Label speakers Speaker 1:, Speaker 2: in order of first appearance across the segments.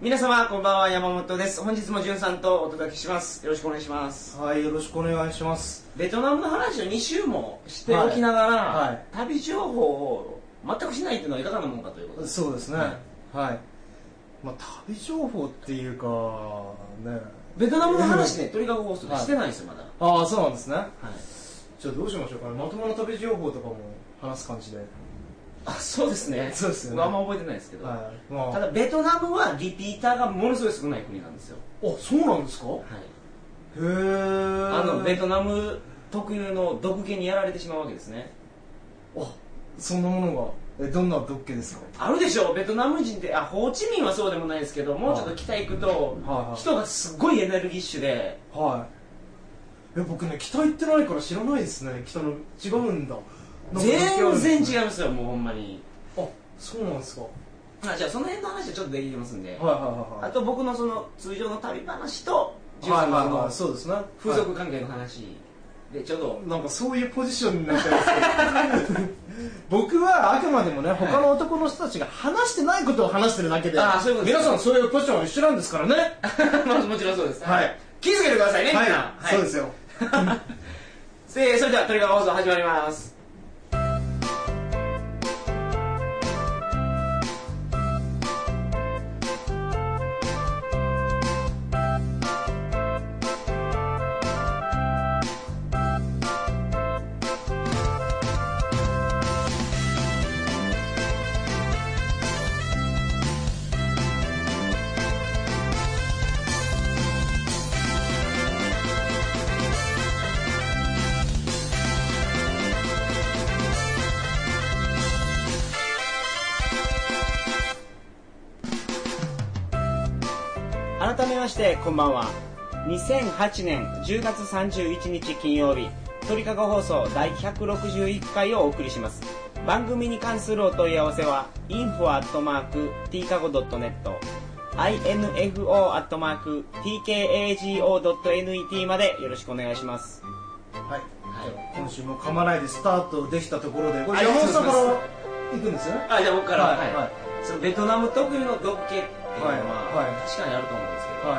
Speaker 1: 皆様こんばんは山本です本日もじゅんさんとお届けしますよろしくお願いします
Speaker 2: はい、よろしくお願いします。
Speaker 1: ベトナムの話を2週もして
Speaker 2: はい
Speaker 1: おきながら、
Speaker 2: はい
Speaker 1: 旅情報を全くしないというのはいかがなものかということです
Speaker 2: そうですね。
Speaker 1: は
Speaker 2: はいい。まあ、旅情報っていうか、ね。
Speaker 1: ベトナムの話ねトリガー放送で
Speaker 2: はい
Speaker 1: してないんですよまだ、
Speaker 2: ああ、そうなんですね。
Speaker 1: はい
Speaker 2: じゃあどうしましょうかね。まともな旅情報とかも話す感じで。
Speaker 1: あそうですね
Speaker 2: そうですよね
Speaker 1: あんま覚えてないですけど、
Speaker 2: はい。まあ、
Speaker 1: ただベトナムはリピーターがものすごい少ない国なんですよ、
Speaker 2: あ、そうなんですかへえ。
Speaker 1: あ
Speaker 2: あ
Speaker 1: のベトナム特有の毒気にやられてしまうわけですね
Speaker 2: あ、そんなものが。え、どんなドッケですか
Speaker 1: あるでしょベトナム人ってあホーチミンはそうでもないですけどもうちょっと北行くと、
Speaker 2: はいはい
Speaker 1: 人がすっごいエネルギッシュで
Speaker 2: はい。え、僕ね、北行ってないから知らないですね。北の、違うんだ。なんか
Speaker 1: 全然違
Speaker 2: う。
Speaker 1: いますよもうほんまに
Speaker 2: あ、そうなんですか。は
Speaker 1: あじゃあその辺の話はちょっとできてますんで、
Speaker 2: いはいはいはい。
Speaker 1: あと僕のその通常の旅話とジュン
Speaker 2: は
Speaker 1: さ
Speaker 2: い
Speaker 1: ん
Speaker 2: はい
Speaker 1: の
Speaker 2: はい、そうですね。
Speaker 1: 風俗関係の話でちょっと
Speaker 2: なんかそういうポジションになってますけど僕はあくまでもね、他の男の人たちが話してないことを話してるだけで
Speaker 1: あーそういうことです
Speaker 2: 皆さんそういうポジションは一緒なんですからね
Speaker 1: まずもちろんそうです、
Speaker 2: はい
Speaker 1: 気づけてくださいね、みんな、
Speaker 2: はい、そうですよ
Speaker 1: せーそれではトリガー放送始まります改めましてこんばんは2008年10月31日金曜日鳥かご放送第161回をお送りします番組に関するお問い合わせは info.tkago.net info.tkago.net までよろしくお願いします
Speaker 2: はい、じゃあ今週も噛まないでスタートできたところでこれ
Speaker 1: ありが
Speaker 2: 山
Speaker 1: とうござ
Speaker 2: 本さ
Speaker 1: いま
Speaker 2: んか
Speaker 1: す
Speaker 2: ら行くんですよね
Speaker 1: あじゃあ僕から
Speaker 2: はい
Speaker 1: はい
Speaker 2: はい
Speaker 1: そのベトナム特有の毒気っていうのは、
Speaker 2: はいはい
Speaker 1: 確かにあると思うんです
Speaker 2: は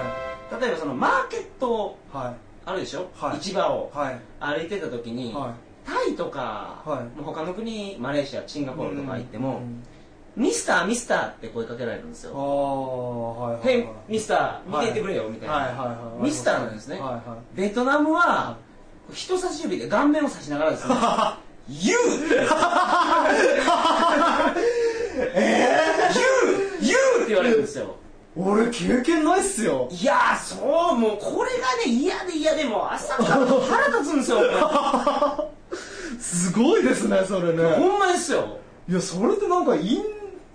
Speaker 1: けど例えばそのマーケットを
Speaker 2: いは
Speaker 1: あるでしょ、
Speaker 2: はい
Speaker 1: 市場を
Speaker 2: いはい
Speaker 1: 歩いてた時に、
Speaker 2: は
Speaker 1: タイとか、
Speaker 2: はい
Speaker 1: もう他の国マレーシアシンガ
Speaker 2: い
Speaker 1: ポールとか行っても
Speaker 2: う、ん
Speaker 1: ミスターミスターって声かけられるんです
Speaker 2: あ
Speaker 1: よ
Speaker 2: あはいはい
Speaker 1: ヘイ
Speaker 2: はい
Speaker 1: ミスター見ていってくれよ、みたいな、
Speaker 2: はいはいはい
Speaker 1: ミスターなんですね、
Speaker 2: はいは
Speaker 1: ベトナムは人差し指で顔面を指しながら ですね You! You! You! って言われるんですよ
Speaker 2: 俺経験ないっすよ
Speaker 1: いやーそうもうこれがね嫌で嫌でもう朝から腹立つん ですよこ
Speaker 2: すごいですねそれね
Speaker 1: れほんまですよ
Speaker 2: いやそれってなんかイン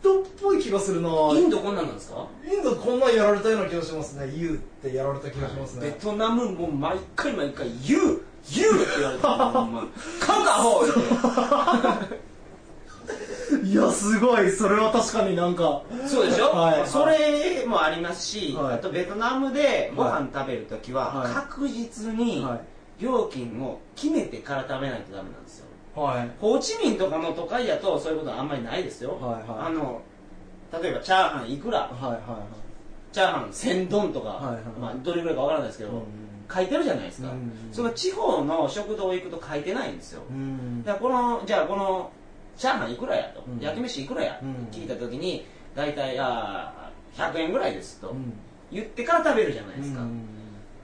Speaker 2: ドっぽい気がするな
Speaker 1: インドこんなんなんですか
Speaker 2: インドこんなんやられたような気がしますね YOU ってやられた気がします
Speaker 1: ベ
Speaker 2: ね
Speaker 1: トナムも毎回毎回「YOU!」「YOU!」って言われてるほん ま「カンカホー!」
Speaker 2: いやすごいそれは確かになんか
Speaker 1: そうでしょ、
Speaker 2: はい
Speaker 1: それもありますし、
Speaker 2: はい
Speaker 1: あとベトナムでご飯食べるときは
Speaker 2: はい
Speaker 1: 確実に
Speaker 2: は
Speaker 1: 料金を決めてから食べないとダメなんですよ
Speaker 2: はい
Speaker 1: ホーチミンとかの都会やとそういうことはあんまりないですよ、
Speaker 2: はいはい
Speaker 1: あの例えばチャーハンいくら
Speaker 2: はいは
Speaker 1: チャーハン千ドンとか、
Speaker 2: はいはい
Speaker 1: まあ、どれぐらいかわからないですけど、
Speaker 2: うんうん
Speaker 1: 書いてるじゃないですか、
Speaker 2: うんうん
Speaker 1: その地方の食堂行くと書いてないんですよ、
Speaker 2: いうん
Speaker 1: だからこのじゃあこのチャーハンいくらやと、
Speaker 2: うん
Speaker 1: 焼き飯いくらや、
Speaker 2: うん
Speaker 1: 聞いた時に大体あー100円ぐらいですと、
Speaker 2: うん
Speaker 1: 言ってから食べるじゃないですか、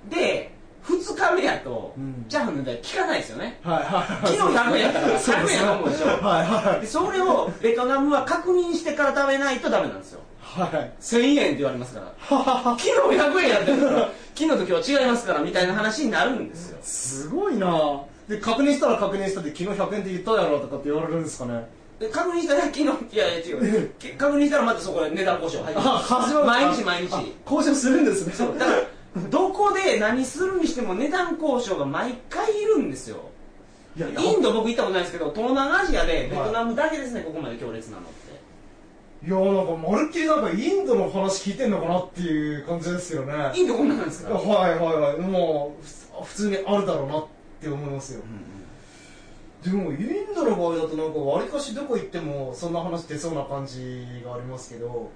Speaker 1: で2日目やと、
Speaker 2: うん
Speaker 1: チャーハンの値段聞かないですよね
Speaker 2: はいは
Speaker 1: 昨
Speaker 2: い
Speaker 1: 日100円やったから
Speaker 2: そう
Speaker 1: 100円やと思うでしょ
Speaker 2: はいはい
Speaker 1: でそれをベトナムは確認してから食べないとダメなんですよ
Speaker 2: はい
Speaker 1: 1000円って言われますから昨日100円やってるから昨日と今日違いますからみたいな話になるんですよ
Speaker 2: すごいなで確認したら確認したで昨日100円って言ったやろとかって言われるんですかね
Speaker 1: で確認したら昨日いやいや違うけ確認したらまたそこで値段交渉入って
Speaker 2: あ
Speaker 1: くる
Speaker 2: 始まる
Speaker 1: 毎日毎日
Speaker 2: あ交渉するんですね
Speaker 1: そうだからどこで何するにしても値段交渉が毎回いるんですよ
Speaker 2: いやいや
Speaker 1: インド僕行ったことないですけど東南アジアでベトナムだけですね、ここまで強烈なのって
Speaker 2: いやなんかまるっきりなんかインドの話聞いてんのかなっていう感じですよね
Speaker 1: インドこんなんなんですから、
Speaker 2: はいはいはいもうふつ普通にあるだろうなって思いますよ、
Speaker 1: うんうん
Speaker 2: でもインドの場合だとなんかわりかしどこ行ってもそんな話出そうな感じがありますけど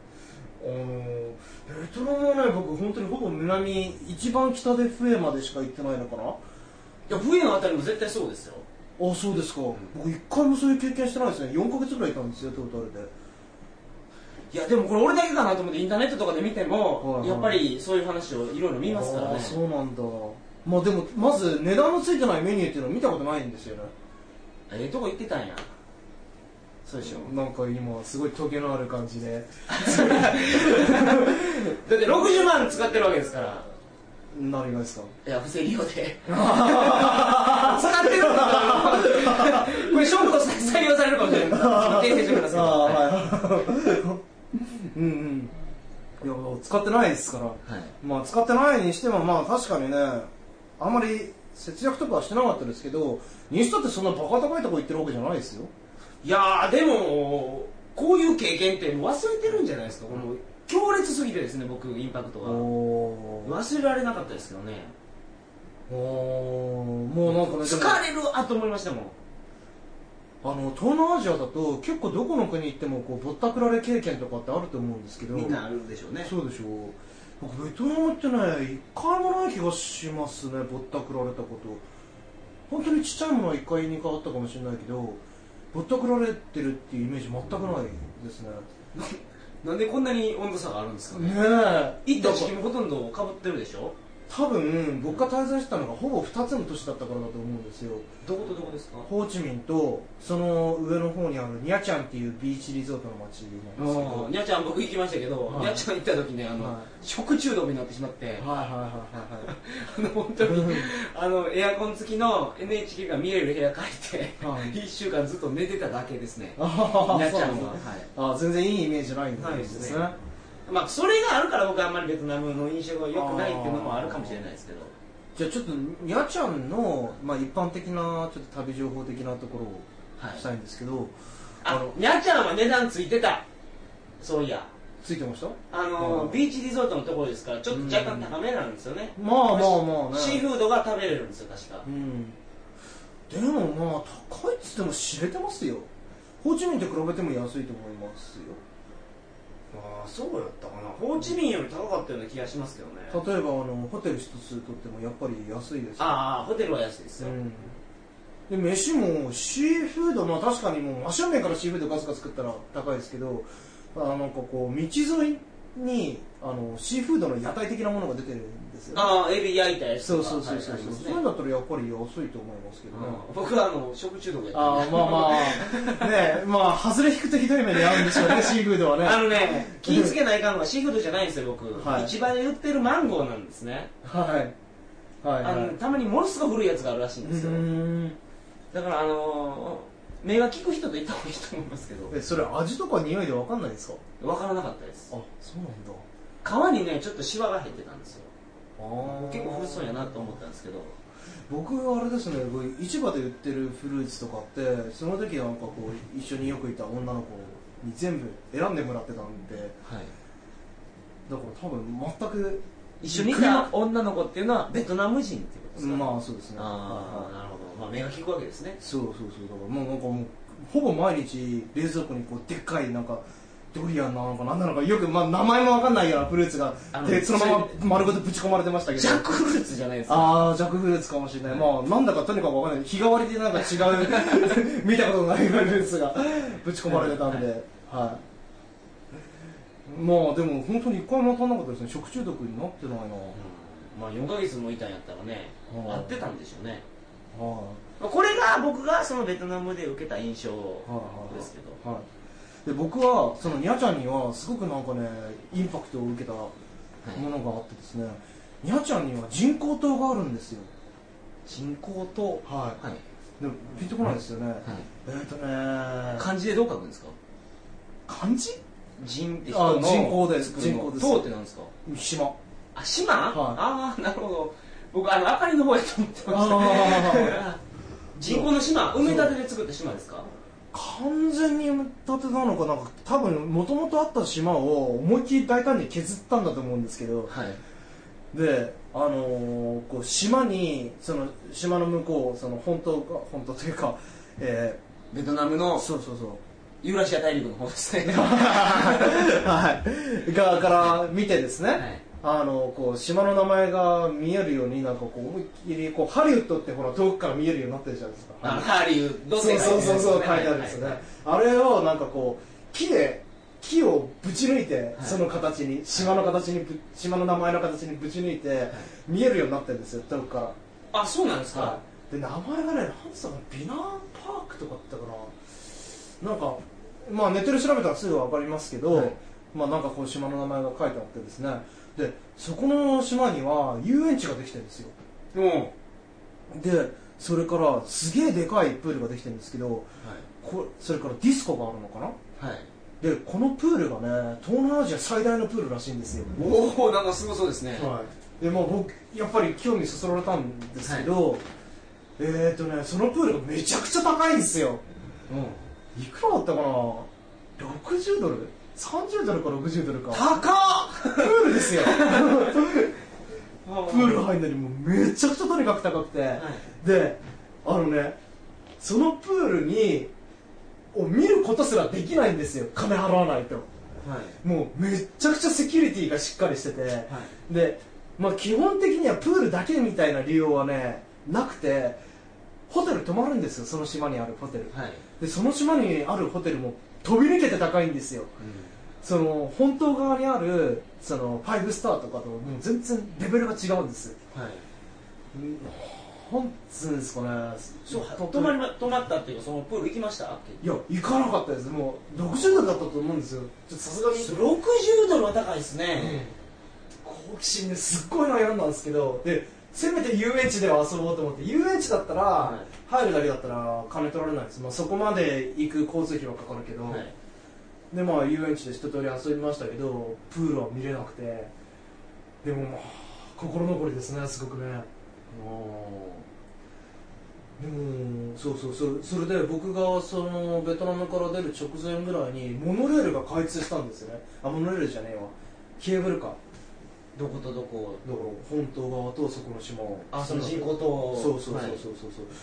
Speaker 2: あのベトナムはね僕本当にほぼ南一番北でフエまでしか行ってないのかない
Speaker 1: や冬のあたりも絶対そうですよ
Speaker 2: あそうですか、僕一回もそういう経験してないですね4か月ぐらいいたんですよトータルで
Speaker 1: いやでもこれ俺だけかなと思ってインターネットとかで見ても、
Speaker 2: はいはい
Speaker 1: やっぱりそういう話をいろいろ見ますから
Speaker 2: あー
Speaker 1: ね
Speaker 2: そうなんだまあでもまず値段のついてないメニューっていうのは見たことないんですよね
Speaker 1: ええとこ行ってたんやそうでしょ、
Speaker 2: なんか今すごいトゲのある感じで
Speaker 1: だって60万使ってるわけですから
Speaker 2: 何がですか
Speaker 1: いや不正利 用で使ってるのかなこれ勝負として採用されるかもしれないその訂正してください
Speaker 2: はい うんうんいや使ってないですから
Speaker 1: はい
Speaker 2: まあ使ってないにしてもまあ確かにねあんまり節約とかはしてなかったですけどにしたってそんなバカ高いとこ行ってるわけじゃないですよ
Speaker 1: いやーでもこういう経験って忘れてるんじゃないですかこの強烈すぎてですね僕インパクトは
Speaker 2: お
Speaker 1: 忘れられなかったですけどね
Speaker 2: ーおーもうなんかねでも
Speaker 1: 疲れるわと思いましたもん
Speaker 2: あの東南アジアだと結構どこの国行ってもこうぼったくられ経験とかってあると思うんですけど
Speaker 1: みんなあるでしょうね
Speaker 2: そうでしょう僕ベトナムってね一回もない気がしますねぼったくられたこと本当にちっちゃいものは一回二回あったかもしれないけどぼったくられてるっていうイメージ全くないですね
Speaker 1: なんでこんなに温度差があるんですかね
Speaker 2: ねえ
Speaker 1: 行った時期もほとんどかぶってるでしょ
Speaker 2: 多分僕が滞在してたのがほぼ2つの都市だったからだと思うんですよ
Speaker 1: どことどこですか
Speaker 2: ホーチミンとその上の方にあるニャチャンっていうビーチリゾートの街なんですけど
Speaker 1: にゃちゃん僕行きましたけど、
Speaker 2: はい
Speaker 1: にゃちゃん行った時ねあの、
Speaker 2: はい
Speaker 1: 食中毒になってしまって、
Speaker 2: はいはいはいはいはい
Speaker 1: あの本当にあのエアコン付きの NHK が見れる部屋借りて、
Speaker 2: はい
Speaker 1: 1週間ずっと寝てただけですね
Speaker 2: あ
Speaker 1: に
Speaker 2: ー
Speaker 1: ゃちゃん
Speaker 2: そう
Speaker 1: は、
Speaker 2: な
Speaker 1: は
Speaker 2: ん
Speaker 1: い
Speaker 2: だあー全然いいイメージないん
Speaker 1: ない
Speaker 2: で
Speaker 1: ですす
Speaker 2: ね
Speaker 1: ねまあ、それがあるから僕はあんまりベトナムの印象が良くないっていうのもあるかもしれないですけど
Speaker 2: じゃあちょっとにゃちゃんの、まあ、一般的なちょっと旅情報的なところを
Speaker 1: はい
Speaker 2: したいんですけど、あ
Speaker 1: あ
Speaker 2: の
Speaker 1: にゃちゃんは値段ついてたそういや
Speaker 2: ついてました
Speaker 1: あの
Speaker 2: うん
Speaker 1: ビーチリゾートのところですからちょっと若干高めなんですよね、
Speaker 2: まあまあまあね
Speaker 1: シーフードが食べれるんですよ確か
Speaker 2: うんでもまあ高いっつっても知れてますよホーチミンと比べても安いと思いますよ
Speaker 1: ああそうやったかなホーチミンより高かったような気がしますけどね
Speaker 2: 例えばあのホテル一つとってもやっぱり安いですよ
Speaker 1: ああホテルは安いですよ、
Speaker 2: うん、で飯もシーフードまあ確かにもう真正面からシーフードガツガツ食ったら高いですけどあなんかこう道沿いにあのシーフードの屋台的なものが出てるんですよ、ね、
Speaker 1: ああエビ焼いたやつ
Speaker 2: そ
Speaker 1: と
Speaker 2: う
Speaker 1: か
Speaker 2: そうそう
Speaker 1: はい
Speaker 2: そう
Speaker 1: あり
Speaker 2: そう、
Speaker 1: ます
Speaker 2: そ
Speaker 1: ね
Speaker 2: ういうんだったらやっぱり安いと思いますけどね、
Speaker 1: うん僕はあの食中毒やった
Speaker 2: ああまあまあねえまあ外れ引くとひどい目に遭うんでしょうねシーフードはね
Speaker 1: あのね気ぃつけないかんのはシーフードじゃないんですよ僕、
Speaker 2: はい
Speaker 1: 市場で売ってるマンゴーなんですね、
Speaker 2: はいはい
Speaker 1: あ
Speaker 2: はい
Speaker 1: のたまにものすごい古いやつがあるらしいん
Speaker 2: う
Speaker 1: ですよ、
Speaker 2: ーん
Speaker 1: だからあのー、目が利く人と行った方がいいと思いますけど
Speaker 2: えそれ味とか匂いで分かんないですか
Speaker 1: 分からなかったで
Speaker 2: あ
Speaker 1: す
Speaker 2: そうなんだ
Speaker 1: 皮にねちょっとシワが入ってたんですよ
Speaker 2: あー
Speaker 1: 結構古そうやなと思ったんですけど
Speaker 2: 僕あれですねこう市場で売ってるフルーツとかってその時なんかこう一緒によくいた女の子に全部選んでもらってたんでだか
Speaker 1: はい
Speaker 2: ら多分全く
Speaker 1: 一緒にいた女の子っていうのはベトナム人ってことですか、
Speaker 2: まあそうですね
Speaker 1: あ
Speaker 2: はい
Speaker 1: あ
Speaker 2: はい
Speaker 1: なるほど、まあ、目が利くわけですね
Speaker 2: そうそうそうだからもうなんかもうほぼ毎日冷蔵庫にこうでっかいなんかドリアンなのかなんなのかよく、まあ、名前もわかんないようなフルーツが
Speaker 1: あの
Speaker 2: でそのまま丸ごとぶち込まれてましたけど
Speaker 1: ジャックフルーツじゃないですか
Speaker 2: あー、ジャックフルーツかもしれない。まあ、なんだかとにかくわかんない。日替わりでなんか違う、 見たことのないフルーツが ぶち込まれてたんで、はい。まあ、でも本当に一回も当たんなかったですね。食中毒になってないな。
Speaker 1: うんまあ4ヶ月もいたんやったらね
Speaker 2: うん
Speaker 1: 合ってたんでしょうね
Speaker 2: は
Speaker 1: まあこれが僕がそのベトナムで受けた印象
Speaker 2: い。はい。
Speaker 1: ですけど
Speaker 2: ど。はい。で、僕は、そのニャちゃんには、すごくなんかね、インパクトを受けたものがあってですね、ニャちゃんには人工島があるんですよ。
Speaker 1: 人工と
Speaker 2: は
Speaker 1: はい
Speaker 2: い。でも、ピンとこないですよね。
Speaker 1: はい
Speaker 2: えっ、とね、
Speaker 1: 漢字でどう書くんですか
Speaker 2: 漢字
Speaker 1: 人って人
Speaker 2: あ
Speaker 1: の
Speaker 2: 人工で
Speaker 1: 作るの
Speaker 2: 人工です
Speaker 1: 島ってなんですか
Speaker 2: 島。
Speaker 1: あ島、
Speaker 2: はい
Speaker 1: ああなるほど僕あの明かりの方やと思ってました
Speaker 2: あ
Speaker 1: 人工の島埋め立てで作った島ですか
Speaker 2: 完全に埋め立てたのかなんか多分もともとあった島を思いっきり大胆に削ったんだと思うんですけど
Speaker 1: はい
Speaker 2: であのーこう島にその島の向こうその本島が本島というかえ
Speaker 1: ベトナムの
Speaker 2: ーそうそうそう
Speaker 1: ユーラシア大陸の方ですね
Speaker 2: はい、側から見てですね、
Speaker 1: はい
Speaker 2: あのこう島の名前が見えるようになんかこう思いっきりこうハリウッドってほら遠くから見えるようになってるじゃないですか
Speaker 1: あのハリウッドっ
Speaker 2: そう
Speaker 1: て
Speaker 2: そうそうそう書いて
Speaker 1: あ
Speaker 2: ある
Speaker 1: る
Speaker 2: ん
Speaker 1: ん
Speaker 2: で
Speaker 1: ですす
Speaker 2: ね
Speaker 1: ね
Speaker 2: あれをなんかこう木で木をぶち抜いてその形に島の形にぶ島の名前の形にぶち抜いて見えるようになってるんですよ遠くから
Speaker 1: あそうなんですか
Speaker 2: はい、で名前がね、なんつうのかな、美男パークとかだったかな、なんか、まあ、ネットで調べたらすぐ分かりますけど、
Speaker 1: はい
Speaker 2: まあ、なんかこう、島の名前が書いてあってですね、でそこの島には遊園地ができてるんですよ、
Speaker 1: も
Speaker 2: でそれからすげえでかいプールができてるんですけど、
Speaker 1: う
Speaker 2: こそれからディスコがあるのかな。
Speaker 1: はいはい
Speaker 2: でこのプールがね東南アジア最大のプールらしいんですよ、
Speaker 1: おおなんかすごそうですね
Speaker 2: はい、でまあ僕やっぱり興味そそられたんですけど、えー、とねそのプールがめちゃくちゃ高いんですよ
Speaker 1: うん
Speaker 2: いくらだったかな60ドル30ドルか60ドルか
Speaker 1: 高っ
Speaker 2: プール ですよ
Speaker 1: プ
Speaker 2: プール入るのにもうめちゃくちゃとにかく高くて、であのねそのプールにを見ることすらできないんですよ金払わないと
Speaker 1: はい
Speaker 2: もうめっちゃくちゃセキュリティがしっかりしてて、
Speaker 1: い
Speaker 2: で、まあ、基本的にはプールだけみたいな利用はねなくてホテル泊まるんですよその島にあるホテル、
Speaker 1: はい
Speaker 2: でその島にあるホテルも飛び抜けて高いんですよその本島側にあるそのファイブスターとかともう全然レベルが違うんです
Speaker 1: はい
Speaker 2: 本つうんですかね
Speaker 1: そう泊まりま泊まったっていうかそのプール行きました
Speaker 2: いや行かなかったですもう60度だったと思うんですよちょっとさすがに
Speaker 1: 60ドルは高いですね
Speaker 2: 好奇心ですっごい悩んだんですけどでせめて遊園地では遊ぼうと思って遊園地だったら、
Speaker 1: は
Speaker 2: 入るだけだったら金取られないです、まあ、そこまで行く交通費はかかるけど、
Speaker 1: はい
Speaker 2: でまあ遊園地で一通り遊びましたけどプールは見れなくてでもまあ心残りですねすごくねでもそうそうそうそれで僕がそのベトナムから出る直前ぐらいにモノレールが開通したんですよねあモノレールじゃねえわケーブルカー
Speaker 1: どことどこ
Speaker 2: だから本島側とそこの島
Speaker 1: あその人工島
Speaker 2: そうそうそうそう
Speaker 1: はい
Speaker 2: そう、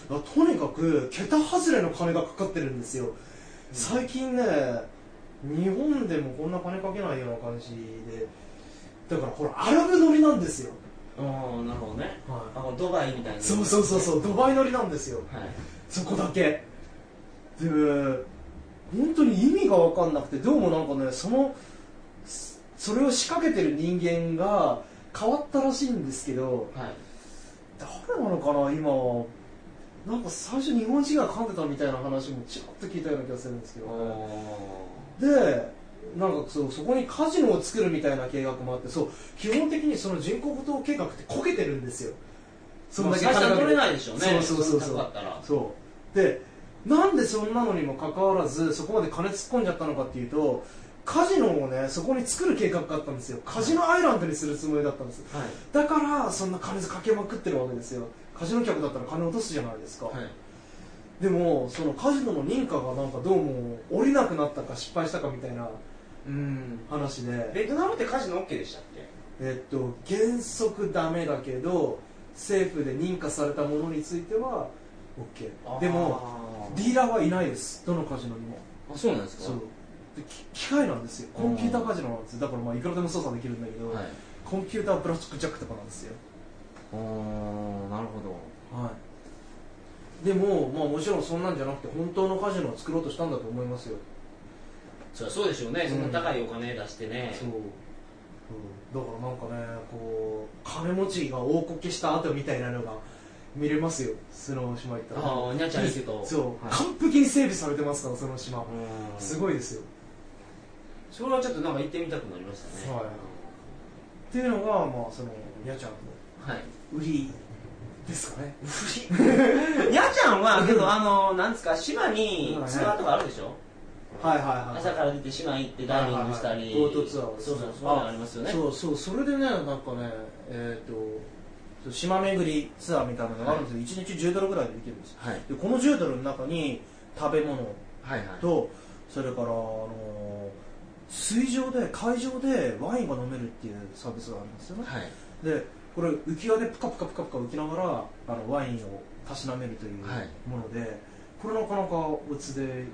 Speaker 2: そうとにかく桁外れの金がかかってるんですよ、最近ね日本でもこんな金かけないような感じでだからほらアラブ乗りなんですよ、
Speaker 1: ああなるほどねあ
Speaker 2: は
Speaker 1: のドバイみたい
Speaker 2: い、
Speaker 1: な
Speaker 2: そうそうそうそうドバイ乗りなんですよ
Speaker 1: はい
Speaker 2: そこだけで本当に意味が分かんなくてどうもなんかねそのそそれを仕掛けてる人間が変わったらしいんですけど
Speaker 1: はい
Speaker 2: 誰なのかな今なんか最初日本人が噛んでたみたいな話もちらっと聞いたような気がするんですけどねでなんかそうそこにカジノを作るみたいな計画もあってそう基本的にその人工島計画ってこけてるんですよ
Speaker 1: そんだけ金取れないでしょうね
Speaker 2: そうそうそうそ
Speaker 1: んな高か
Speaker 2: う
Speaker 1: ったら
Speaker 2: そうでなんでそんなのにもかかわらずそこまで金突っ込んじゃったのかっていうとカジノをねそこに作る計画があったんですよカジノアイランドにするつもりだったんです
Speaker 1: はい
Speaker 2: だからそんな金かけまくってるわけですよカジノ客だったら金落とすじゃないですか、
Speaker 1: はい
Speaker 2: でもそのカジノの認可がなんかどうも降りなくなったか失敗したかみたいな
Speaker 1: うん
Speaker 2: 話で
Speaker 1: ベトナムってカジノ OK でしたっけ
Speaker 2: えっと原則ダメだけど政府で認可されたものについては OK でもデ
Speaker 1: リ
Speaker 2: ィーラーはいないですどのカジノにも
Speaker 1: あそうなんですか
Speaker 2: そうでき機械なんですよコンピューターカジノなんですよだからまあいくらでも操作できるんだけど、
Speaker 1: はい
Speaker 2: コンピューターブラックジャックとかなんですよ
Speaker 1: あーなるほど
Speaker 2: はい、でも、まあ、もちろんそんなんじゃなくて本当のカジノを作ろうとしたんだと思いますよ、
Speaker 1: そりゃそうでしょうねそんな高いお金出してね
Speaker 2: そう、うん、だからなんかねこう金持ちが大こけした後みたいなのが見れますよその島行ったら
Speaker 1: ああにゃちゃんいる と
Speaker 2: そう、
Speaker 1: はい
Speaker 2: 完璧に整備されてますからその島、
Speaker 1: うん
Speaker 2: すごいですよ
Speaker 1: それはちょっとなんか行ってみたくなりましたね
Speaker 2: はいっていうのがまあそのやちゃん
Speaker 1: は
Speaker 2: の
Speaker 1: い
Speaker 2: 売りですかね
Speaker 1: やちゃんはけどあのなんですか島にツアーとかあるでしょ
Speaker 2: はいはいはい
Speaker 1: 朝から出て島行ってダイビングしたり
Speaker 2: はいはいはいボートツアーを
Speaker 1: そうそうそういうのありますよね
Speaker 2: そうそうそれでねなんかねえっ、と島巡りツアーみたいなのがあるんですよ、一1日10ドルぐらいでできるんですよ
Speaker 1: はい
Speaker 2: でこの10ドルの中に食べ物
Speaker 1: はいはい
Speaker 2: とそれから、あのー水上で海上でワインが飲めるっていうサービスがあるんですよね、
Speaker 1: はい
Speaker 2: でこれ浮き輪でプカプカプカプカ浮きながらあのワインをたしなめるという
Speaker 1: はい
Speaker 2: もので、これなかなかおつでいいですね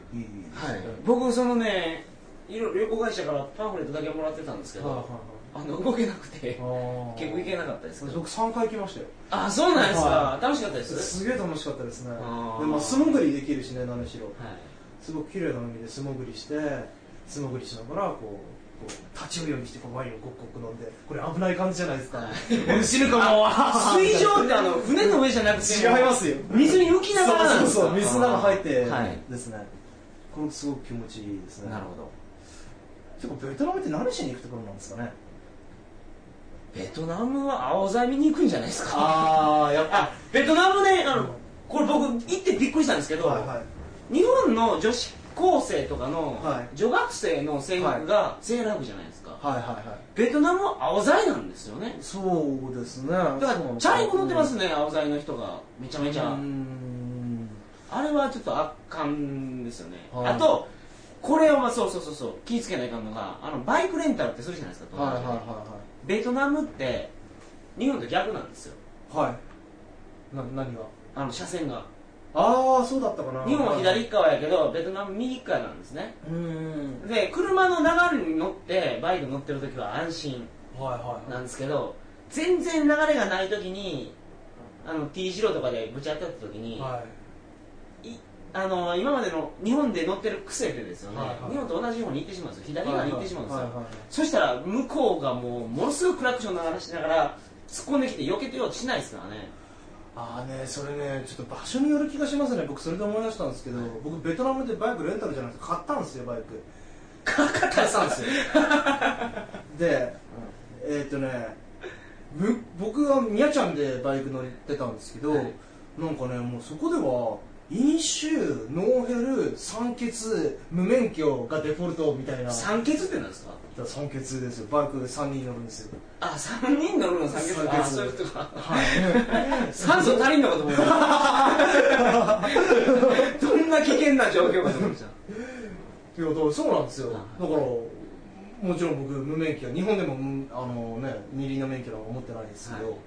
Speaker 3: はい
Speaker 1: 僕そのねいろいろ旅行会社からパンフレットだけもらってたんですけど、
Speaker 2: はいはい
Speaker 1: あの動けなくて
Speaker 2: はいあー
Speaker 1: 結構行けなかったですけど
Speaker 2: 僕3回来ましたよ
Speaker 1: あそうなんですか、
Speaker 2: は
Speaker 1: 楽しかったです
Speaker 2: すげえ楽しかったですねで
Speaker 1: あー
Speaker 2: まあ素潜りできるしね何しろ
Speaker 1: はい
Speaker 2: すごく綺麗な海で素潜りして素潜りしながらこうこう立ち泳ぎしてこうワインをごくごく飲んでこれ危ない感じじゃないですか死ぬかも
Speaker 1: あ水上ってあの船の上じゃなくて
Speaker 2: 違いますよ
Speaker 1: 水に浮きながらなん
Speaker 2: そう
Speaker 1: ですか
Speaker 2: そうそう水の中入って
Speaker 1: はい
Speaker 2: ですねこれすごく気持ちいいですね
Speaker 1: なるほど
Speaker 2: どてかベトナムって何しに行くところなんですかね
Speaker 1: ベトナムは青ざ見に行くんじゃないですか
Speaker 2: ああやっ
Speaker 1: あベトナムねあのこれ僕行ってびっくりしたんですけど、
Speaker 2: はいはい
Speaker 1: 日本の女子高生とかの、
Speaker 2: はい
Speaker 1: 女学生の制服がセーラー服じゃないですか、
Speaker 2: はいはいはい
Speaker 1: ベトナムは青ざいなんですよね
Speaker 2: そうですねだ
Speaker 1: だからチャリも乗ってますね青ざいの人がめちゃめちゃ、
Speaker 2: ん
Speaker 1: あれはちょっと圧巻ですよね、
Speaker 2: はい
Speaker 1: あとこれはまあそうそうそうそう気ぃつけないかんのがあのバイクレンタルってするじゃないですか、
Speaker 2: はいはい
Speaker 1: 東南アジアでベトナムって日本と逆なんですよ
Speaker 2: はいはいな何が
Speaker 1: あの車線が
Speaker 2: ああそうだったかな
Speaker 1: 日本は左側やけどベトナム右側なんですね
Speaker 2: うーん
Speaker 1: で車の流れに乗ってバイク乗ってる時は安心
Speaker 2: はいはい
Speaker 1: なんですけど全然流れがない時にあの T 字路とかでぶち当たった時に、
Speaker 2: はい
Speaker 1: いあの今までの日本で乗ってる癖でですよね、
Speaker 2: はいはい
Speaker 1: 日本と同じ方に行ってしまうんですよ左側に行ってしまうんですよ、
Speaker 2: はいはいはいはい
Speaker 1: そしたら向こうがもうものすごいクラクション鳴らしながら突っ込んできて避けてようとしないですからね
Speaker 2: ああねそれねちょっと場所による気がしますね僕それで思い出したんですけど僕ベトナムでバイクレンタルじゃなくて買ったんですよバイク
Speaker 1: かかったんですよ
Speaker 2: で、えーっ、とねむ僕はミヤちゃんでバイク乗ってたんですけど、
Speaker 1: はい
Speaker 2: なんかねもうそこでは飲酒ノーヘル酸欠無免許がデフォルトみたいな
Speaker 1: 酸欠ってなんですか
Speaker 2: 酸欠ですよバイク3人乗るんですよ
Speaker 1: あ三3人乗るの酸欠
Speaker 2: 酸欠
Speaker 1: あそういうことか
Speaker 2: はい
Speaker 1: 酸素足りんのかと思った どんな危険な状況かと思いました
Speaker 2: いやだからそうなんですよ
Speaker 1: は
Speaker 2: だ
Speaker 1: い
Speaker 2: からもちろん僕無免許は日本でも無あのね二輪の免許なんか持ってないですけど、
Speaker 1: はい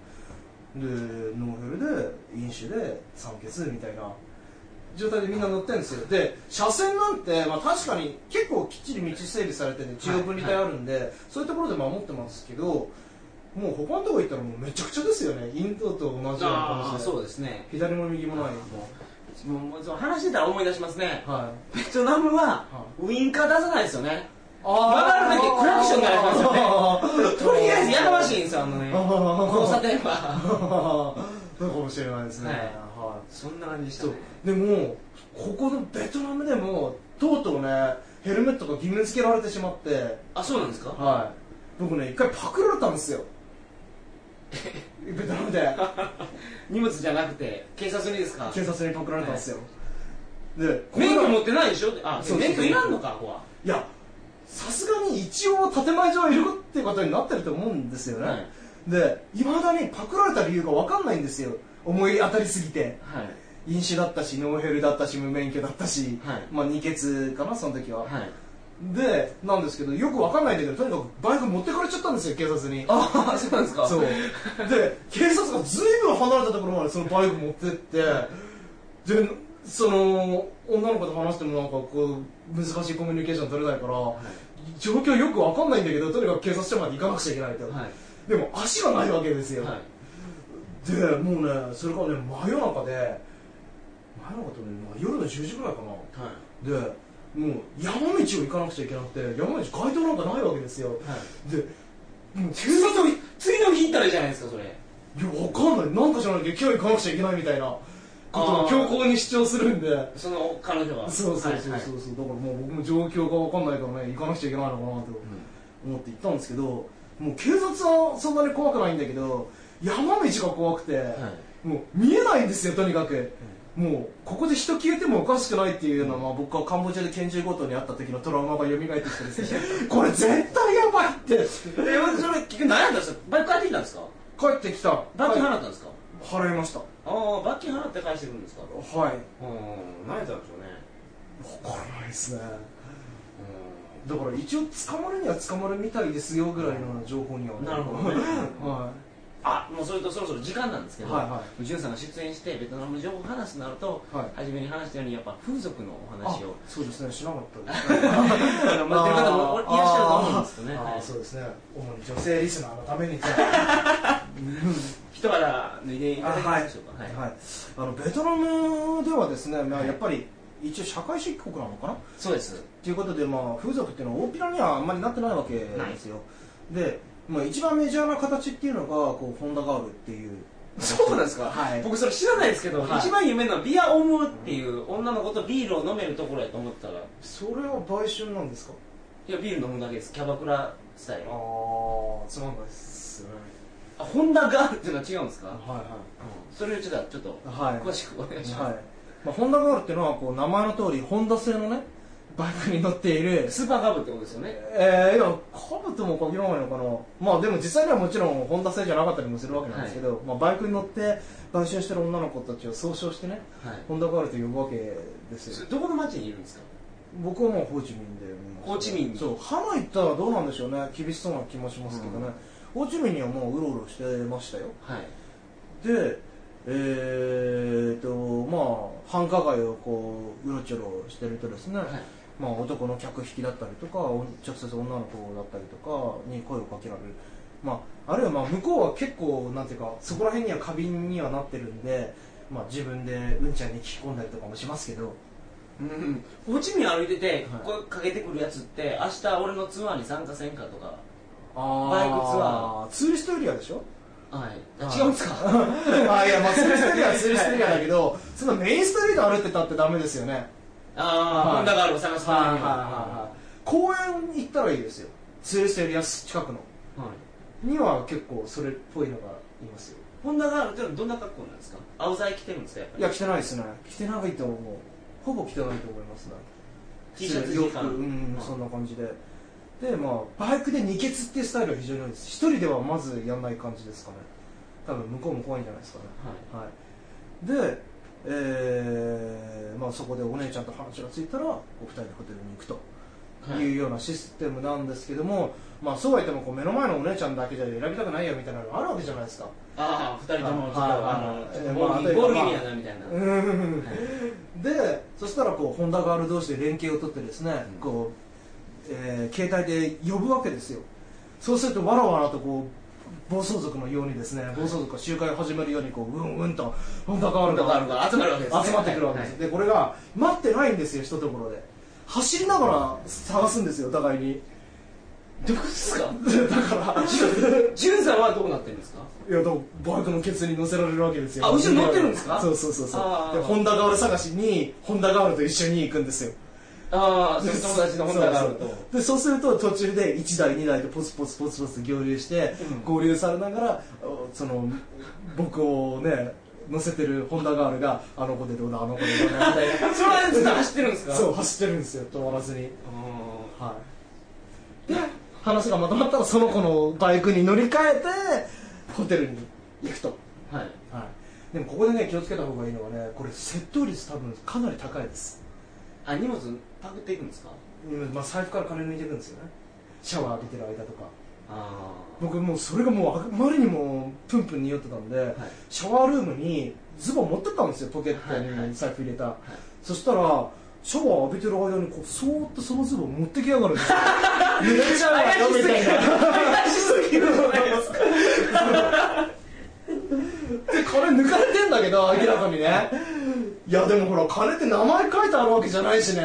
Speaker 2: でノーヘルで飲酒で酸欠みたいな状態でみんな乗ってるんですよで車線なんて、まあ、確かに結構きっちり道整備されてて中央分離帯あるんで、そういうところで守ってますけどもう他のとこ行ったらもうめちゃくちゃですよねインドと同じよう
Speaker 1: あ
Speaker 2: な感
Speaker 1: あ
Speaker 2: じで
Speaker 1: そうですね
Speaker 2: 左も右もない
Speaker 1: もうもうそう話してたら思い出しますね
Speaker 2: はい
Speaker 1: ベトナムはウインカー出さないですよね曲がる
Speaker 2: だ
Speaker 1: 時クラクション鳴らしますよね とりあえずやかましいんですよあのね交差点 は
Speaker 2: そうかもしれないですね、
Speaker 1: は
Speaker 2: はいい
Speaker 1: そんな感じでし
Speaker 2: そうでもここのベトナムでもとうとうねヘルメットが義務付けられてしまって
Speaker 1: あそうなんですか
Speaker 2: はい僕ね一回パクられたんで すよベトナムで
Speaker 1: 荷物じゃなくて警察にですか
Speaker 2: 警察にパクられたんですよ、で
Speaker 1: 免許
Speaker 2: ここが
Speaker 1: 持ってないでしょあ
Speaker 2: そうそう
Speaker 1: 免許いらんのかここはい
Speaker 2: やさすがに一応建前上いるってことになってると思うんですよね、
Speaker 1: はい
Speaker 2: でいまだにパクられた理由が分かんないんですよ思い当たりすぎて
Speaker 1: はい
Speaker 2: 飲酒だったしノーヘルだったし無免許だったし、
Speaker 1: はい
Speaker 2: まあ二欠かなその時は、
Speaker 1: はい
Speaker 2: でなんですけどよくわかんないんだけどとにかくバイク持ってかれちゃったんですよ警察に
Speaker 1: ああそうなんですか
Speaker 2: そうで警察がずいぶん離れたところまでそのバイク持ってってでその女の子と話してもなんかこう難しいコミュニケーション取れないから、状況よくわかんないんだけどとにかく警察署まで行かなくちゃいけないと、
Speaker 1: はい
Speaker 2: でも足がないわけですよ、
Speaker 1: はい
Speaker 2: でもうねそれからね真夜中で真夜中とね、まあ夜の10時ぐらいか
Speaker 1: はい
Speaker 2: なでもう山道を行かなくちゃいけなくて山道街灯なんかないわけですよ、でもう警察
Speaker 1: 次の日次の日行ったらいいじゃないですかそれ
Speaker 2: いやわかんないなんかじゃなきゃ今日行かなくちゃいけないみたいなこと
Speaker 1: あー
Speaker 2: を強硬に主張するんで
Speaker 1: その彼女は
Speaker 2: そうそうそうそうそう、
Speaker 1: はいはい
Speaker 2: だからもう僕も状況がわかんないからね行かなくちゃいけないのかなと思って行ったんですけど、もう警察はそんなに怖くないんだけど山道が怖くて、もう見えないんですよとにかく、もうここで人消えてもおかしくないっていうのは、まあ、僕はカンボジアで拳銃強盗にあった時のトラウマが蘇ってきてですね これ絶対やばいって
Speaker 1: えそれ結局何やったんですかバイク帰ってきたんですか
Speaker 2: 帰ってきた
Speaker 1: 罰金払ったんですか、
Speaker 2: 払いました
Speaker 1: ああ罰金払って返してくるんですか
Speaker 2: はい
Speaker 1: うん何やったんでしょうね
Speaker 2: わからないですねだから一応捕まるには捕まるみたいですよぐらいの情報には
Speaker 1: なるほどね
Speaker 2: は
Speaker 1: あもうそれとそろそろ時間なんですけど、
Speaker 2: はいは
Speaker 1: ジュンさんが出演してベトナムの情報を話すとなると、
Speaker 2: はい
Speaker 1: 初めに話したようにやっぱ風俗のお
Speaker 2: あ
Speaker 1: 話を
Speaker 2: そうですね知らなかったですね
Speaker 1: あの待ってる方もいらっしゃると思うんですよね、
Speaker 2: あー
Speaker 1: は
Speaker 2: あー
Speaker 1: い
Speaker 2: そうですね主に女性リスナーのためにじ
Speaker 1: 一肌脱いでいただ
Speaker 2: ゃ
Speaker 1: けますでしょうか、
Speaker 2: あ、
Speaker 1: はい
Speaker 2: はい、あのベトナムではですね、まあ、やっぱり一応社会主義国なのかな
Speaker 1: そうです
Speaker 2: ということで、まあ、風俗っていうのは大っぴらにはあんまりなってないわけですよで、まあ、一番メジャーな形っていうのがこうホンダガールっていう
Speaker 1: そうなんですか、
Speaker 2: はい
Speaker 1: 僕それ知らないですけど、
Speaker 2: はい
Speaker 1: 一番有名なのはビアオムっていう女の子とビールを飲めるところやと思ったらい
Speaker 2: それは売春なんですか
Speaker 1: やビール飲むだけですキャバクラスタイルあ
Speaker 2: ああつまんないっすね
Speaker 1: ホンダガールっていうのは違うんですか、
Speaker 2: は
Speaker 1: それをちょっとちょっと
Speaker 2: いはいはい
Speaker 1: 詳しくお願いします、
Speaker 2: はいまあ、ホンダガールっていうのはこう名前の通りホンダ製のねバイクに乗っている
Speaker 1: スーパーガブってことですよね
Speaker 2: えー、いや、カブとも限らないのかな、まあでも実際にはもちろん、ホンダ製じゃなかったりもするわけなんですけど、まあ、バイクに乗って、売春してる女の子たちを総称してね、
Speaker 1: はい
Speaker 2: ホンダガールと呼ぶわけです
Speaker 1: そ
Speaker 2: よ
Speaker 1: れ、どこの町にいるんですか
Speaker 2: 僕はもうホーチミンで見ました、
Speaker 1: ホーチミンに
Speaker 2: そう、ハノイ行ったらどうなんでしょうね、厳しそうな気もしますけどね、ホーチミンにはもううろうろしてましたよ、
Speaker 1: はい
Speaker 2: で、えーと、まあ、繁華街をこう、うろちょろしてるとですね、
Speaker 1: はい
Speaker 2: まあ、男の客引きだったりとかお直接女の子だったりとかに声をかけられる、まあ、あるいはまあ向こうは結構なんていうかそこら辺には過敏にはなってるんで、まあ、自分でうんちゃんに聞き込んだりとかもしますけど
Speaker 1: うん、ホーチミン歩いてて
Speaker 2: はい
Speaker 1: 声かけてくるやつって明日俺のツアーに参加せんかとかー
Speaker 2: バイクツアーツーリストエリアでしょ
Speaker 1: はい
Speaker 2: あ
Speaker 1: 違うんですか
Speaker 2: あいやまあツーリストエリア はツーリストエリアだけどそのメインストリート歩いてたってダメですよね
Speaker 1: ああ、
Speaker 2: はい
Speaker 1: ホンダガールを探すためには
Speaker 2: 公園行ったらいいですよツーリストエリア近く
Speaker 1: い
Speaker 2: の
Speaker 1: はい
Speaker 2: には結構それっぽいのがいますよ
Speaker 1: ホンダガールってのはどんな格好なんですか青剤着てるんですかやっぱ
Speaker 2: い
Speaker 1: り
Speaker 2: や、着てないですね。着てないと思う。ほぼ着てないと思いますね。
Speaker 1: T シャツ
Speaker 2: 洋
Speaker 1: 時
Speaker 2: 服、
Speaker 1: 間
Speaker 2: うん、そんな感じで。で、まあ、バイクで二血っていうスタイルは非常に多いです。一人ではまずやんない感じですかね。多分、向こうも怖いんじゃないですかね。はい。で、えーまあ、そこでお姉ちゃんと話がついたら、お二人でホテルに行くと。
Speaker 1: はい
Speaker 2: いうようなシステムなんですけども、まあ、そうは言ってもこう目の前のお姉ちゃんだけじゃ選びたくないよみたいなのあるわけじゃないですか。
Speaker 1: ああ二人ともちょっとあ
Speaker 2: はい
Speaker 1: のちょっとボールギー
Speaker 2: ま
Speaker 1: ボー
Speaker 2: あ
Speaker 1: ルギーやなみたいな
Speaker 2: う
Speaker 1: は
Speaker 2: んでそしたらこうホンダガール同士で連携を取ってですね、
Speaker 1: うん
Speaker 2: こうえー携帯で呼ぶわけですよそうするとわらわらとこう暴走族のようにですね暴走族が集会を始めるようにこううんうんとホンダガ
Speaker 1: ホ
Speaker 2: ール
Speaker 1: ンダガールが集まるわけですね
Speaker 2: 集まってくるわけです、
Speaker 1: はい
Speaker 2: でこれが待ってないんですよひとところで走りながら探すんですよお互いに
Speaker 1: どうですか
Speaker 2: だから
Speaker 1: ジュンさんはどうなってるんですか
Speaker 2: いやだからバイクのケツに乗せられるわけですよ
Speaker 1: あ後ろ乗ってるんですか
Speaker 2: そうそうそうそう
Speaker 1: あー
Speaker 2: でホンダガール探しにホンダガールと一緒に行くんですよ
Speaker 1: ああそれ友達のホンダガール
Speaker 2: そうそう
Speaker 1: と
Speaker 2: そうでそうすると途中で1台2台とポツポツポツポツ合流して、
Speaker 1: うん
Speaker 2: 合流されながらおその僕をね乗せてるホンダガールがあの子でどうだあの子でどうだみたいな
Speaker 1: それはずっと走ってるんです か
Speaker 2: そう走ってるんですよ止まらずに
Speaker 1: あ
Speaker 2: はいで話がまとまったらその子のバイクに乗り換えてホテルに行くと
Speaker 1: ーはい
Speaker 2: はい、でもここでね気をつけた方がいいのはねこれ窃盗率多分かなり高いです、
Speaker 1: あ荷物パクっていくんですか
Speaker 2: うんまあ、財布から金抜いていくんですよねシャワー浴びてる間とか
Speaker 1: ああ
Speaker 2: 僕もうそれがもうあまりにもプンプンに酔ってたんで、シャワールームにズボン持ってったんですよポケ
Speaker 1: はいは
Speaker 2: ット
Speaker 1: い
Speaker 2: に財布入れた、そしたらシャワー浴びてる間にこうそーっとそのズボン持ってきやがる んですよ濡れち
Speaker 1: 怪
Speaker 2: ゃう
Speaker 1: し
Speaker 2: わよみ
Speaker 1: すぎ
Speaker 2: た
Speaker 1: る
Speaker 2: いな
Speaker 1: 怪しすぎるじゃないですか
Speaker 2: で金抜かれてんだけど明らかにねいやでもほら金って名前書いてあるわけじゃないしね、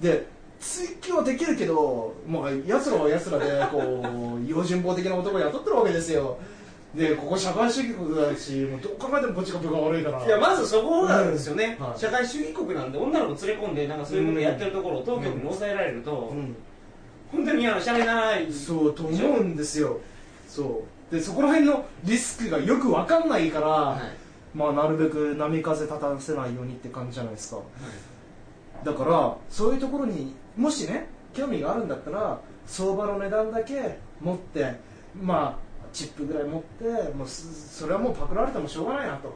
Speaker 1: い
Speaker 2: で追求はできるけどまあやつらはやつらでこう 用心棒的な男を雇ってるわけですよでここ社会主義国だしもうどう考えてもこっちが部が悪いから
Speaker 1: いやまずそこなんですよね、
Speaker 2: うんはい
Speaker 1: 社会主義国なんで女の子連れ込んでなんかそういうことやってるところを当局に抑えられると、
Speaker 2: うん
Speaker 1: 本当にあのシャレない
Speaker 2: そうと思うんですよそうでそこら辺のリスクがよくわかんないから、まあなるべく波風立たせないようにって感じじゃないですかだからそういうところにもしね興味があるんだったら相場の値段だけ持ってまあチップぐらい持ってもうすそれはもうパクられてもしょうがないなと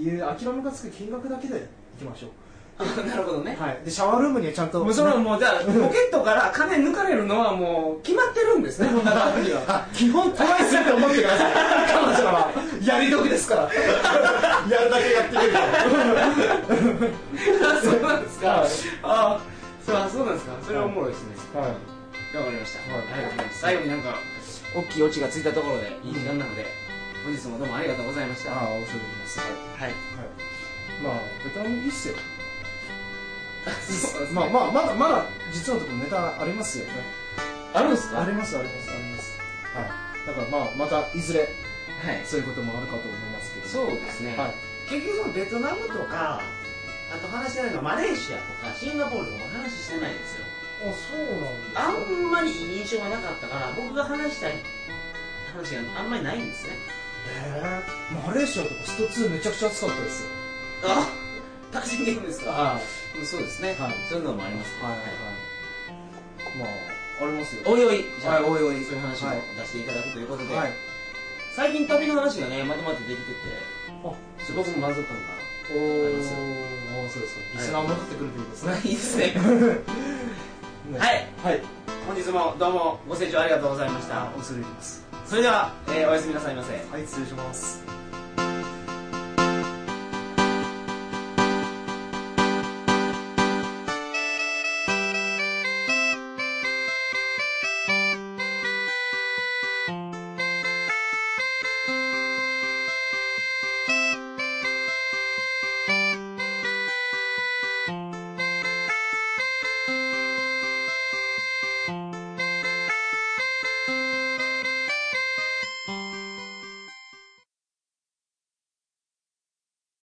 Speaker 2: いう諦めがつく金額だけでいきましょう
Speaker 1: なるほどね、
Speaker 2: はい、でシャワールームにはちゃんと
Speaker 1: もうそれはもうじゃあポケットから金抜かれるのはもう決まってるんですねこんな感じは
Speaker 2: あ基本トライすると思ってください彼女は やり時ですからやるだけやってみる
Speaker 1: あそうなんですか、
Speaker 2: はい
Speaker 1: あそうあそうなんですかそれはおもろいですね、
Speaker 2: からはい
Speaker 1: 頑張りました、
Speaker 2: はい
Speaker 1: ありがとうございます最後になんか大きいオチがついたところでいい時間なので本日もどうもありがとうございました
Speaker 2: あ
Speaker 1: は
Speaker 2: あ恐れ入りますはい
Speaker 1: い
Speaker 2: まあベタもいいっすよ
Speaker 1: そうですね
Speaker 2: まあまあまだまだ実のところネタありますよね
Speaker 1: あるんですか
Speaker 2: ありますありますありますはいだからまあまたいず
Speaker 1: は
Speaker 2: れ
Speaker 1: い
Speaker 2: そういうこともあるかと思いますけど
Speaker 1: そうですね、
Speaker 2: はい
Speaker 3: 結局そのベトナムとかあと話してないのはマレーシアとかシンガポールとかも話してないんですよ
Speaker 2: あそうなん
Speaker 3: あんまりいい印象がなかったから僕が話したい話があんまりないんですね
Speaker 2: へえマレーシアとかスト2めちゃくちゃ暑かったですよ
Speaker 3: あ楽しんでいくんですか
Speaker 2: は
Speaker 1: うんそうですね、
Speaker 2: はい
Speaker 1: そういうのもあります
Speaker 2: いはいはいまあありますよ
Speaker 1: おいおいじゃあ
Speaker 2: はいおいおい
Speaker 1: そういう話も
Speaker 2: はい
Speaker 1: 出していただくということで、
Speaker 2: はい
Speaker 1: 最近旅の話がねまとまってできてて
Speaker 2: あ
Speaker 1: すごく満足感が
Speaker 2: おーあそうですかリスナーもってくるといいですね
Speaker 1: いいですね
Speaker 2: ね
Speaker 1: はい
Speaker 2: はい
Speaker 1: 本日もどうもご清聴ありがとうございました
Speaker 2: 恐れ入ります
Speaker 1: それでは、えーおやすみなさいませ
Speaker 2: はい失礼します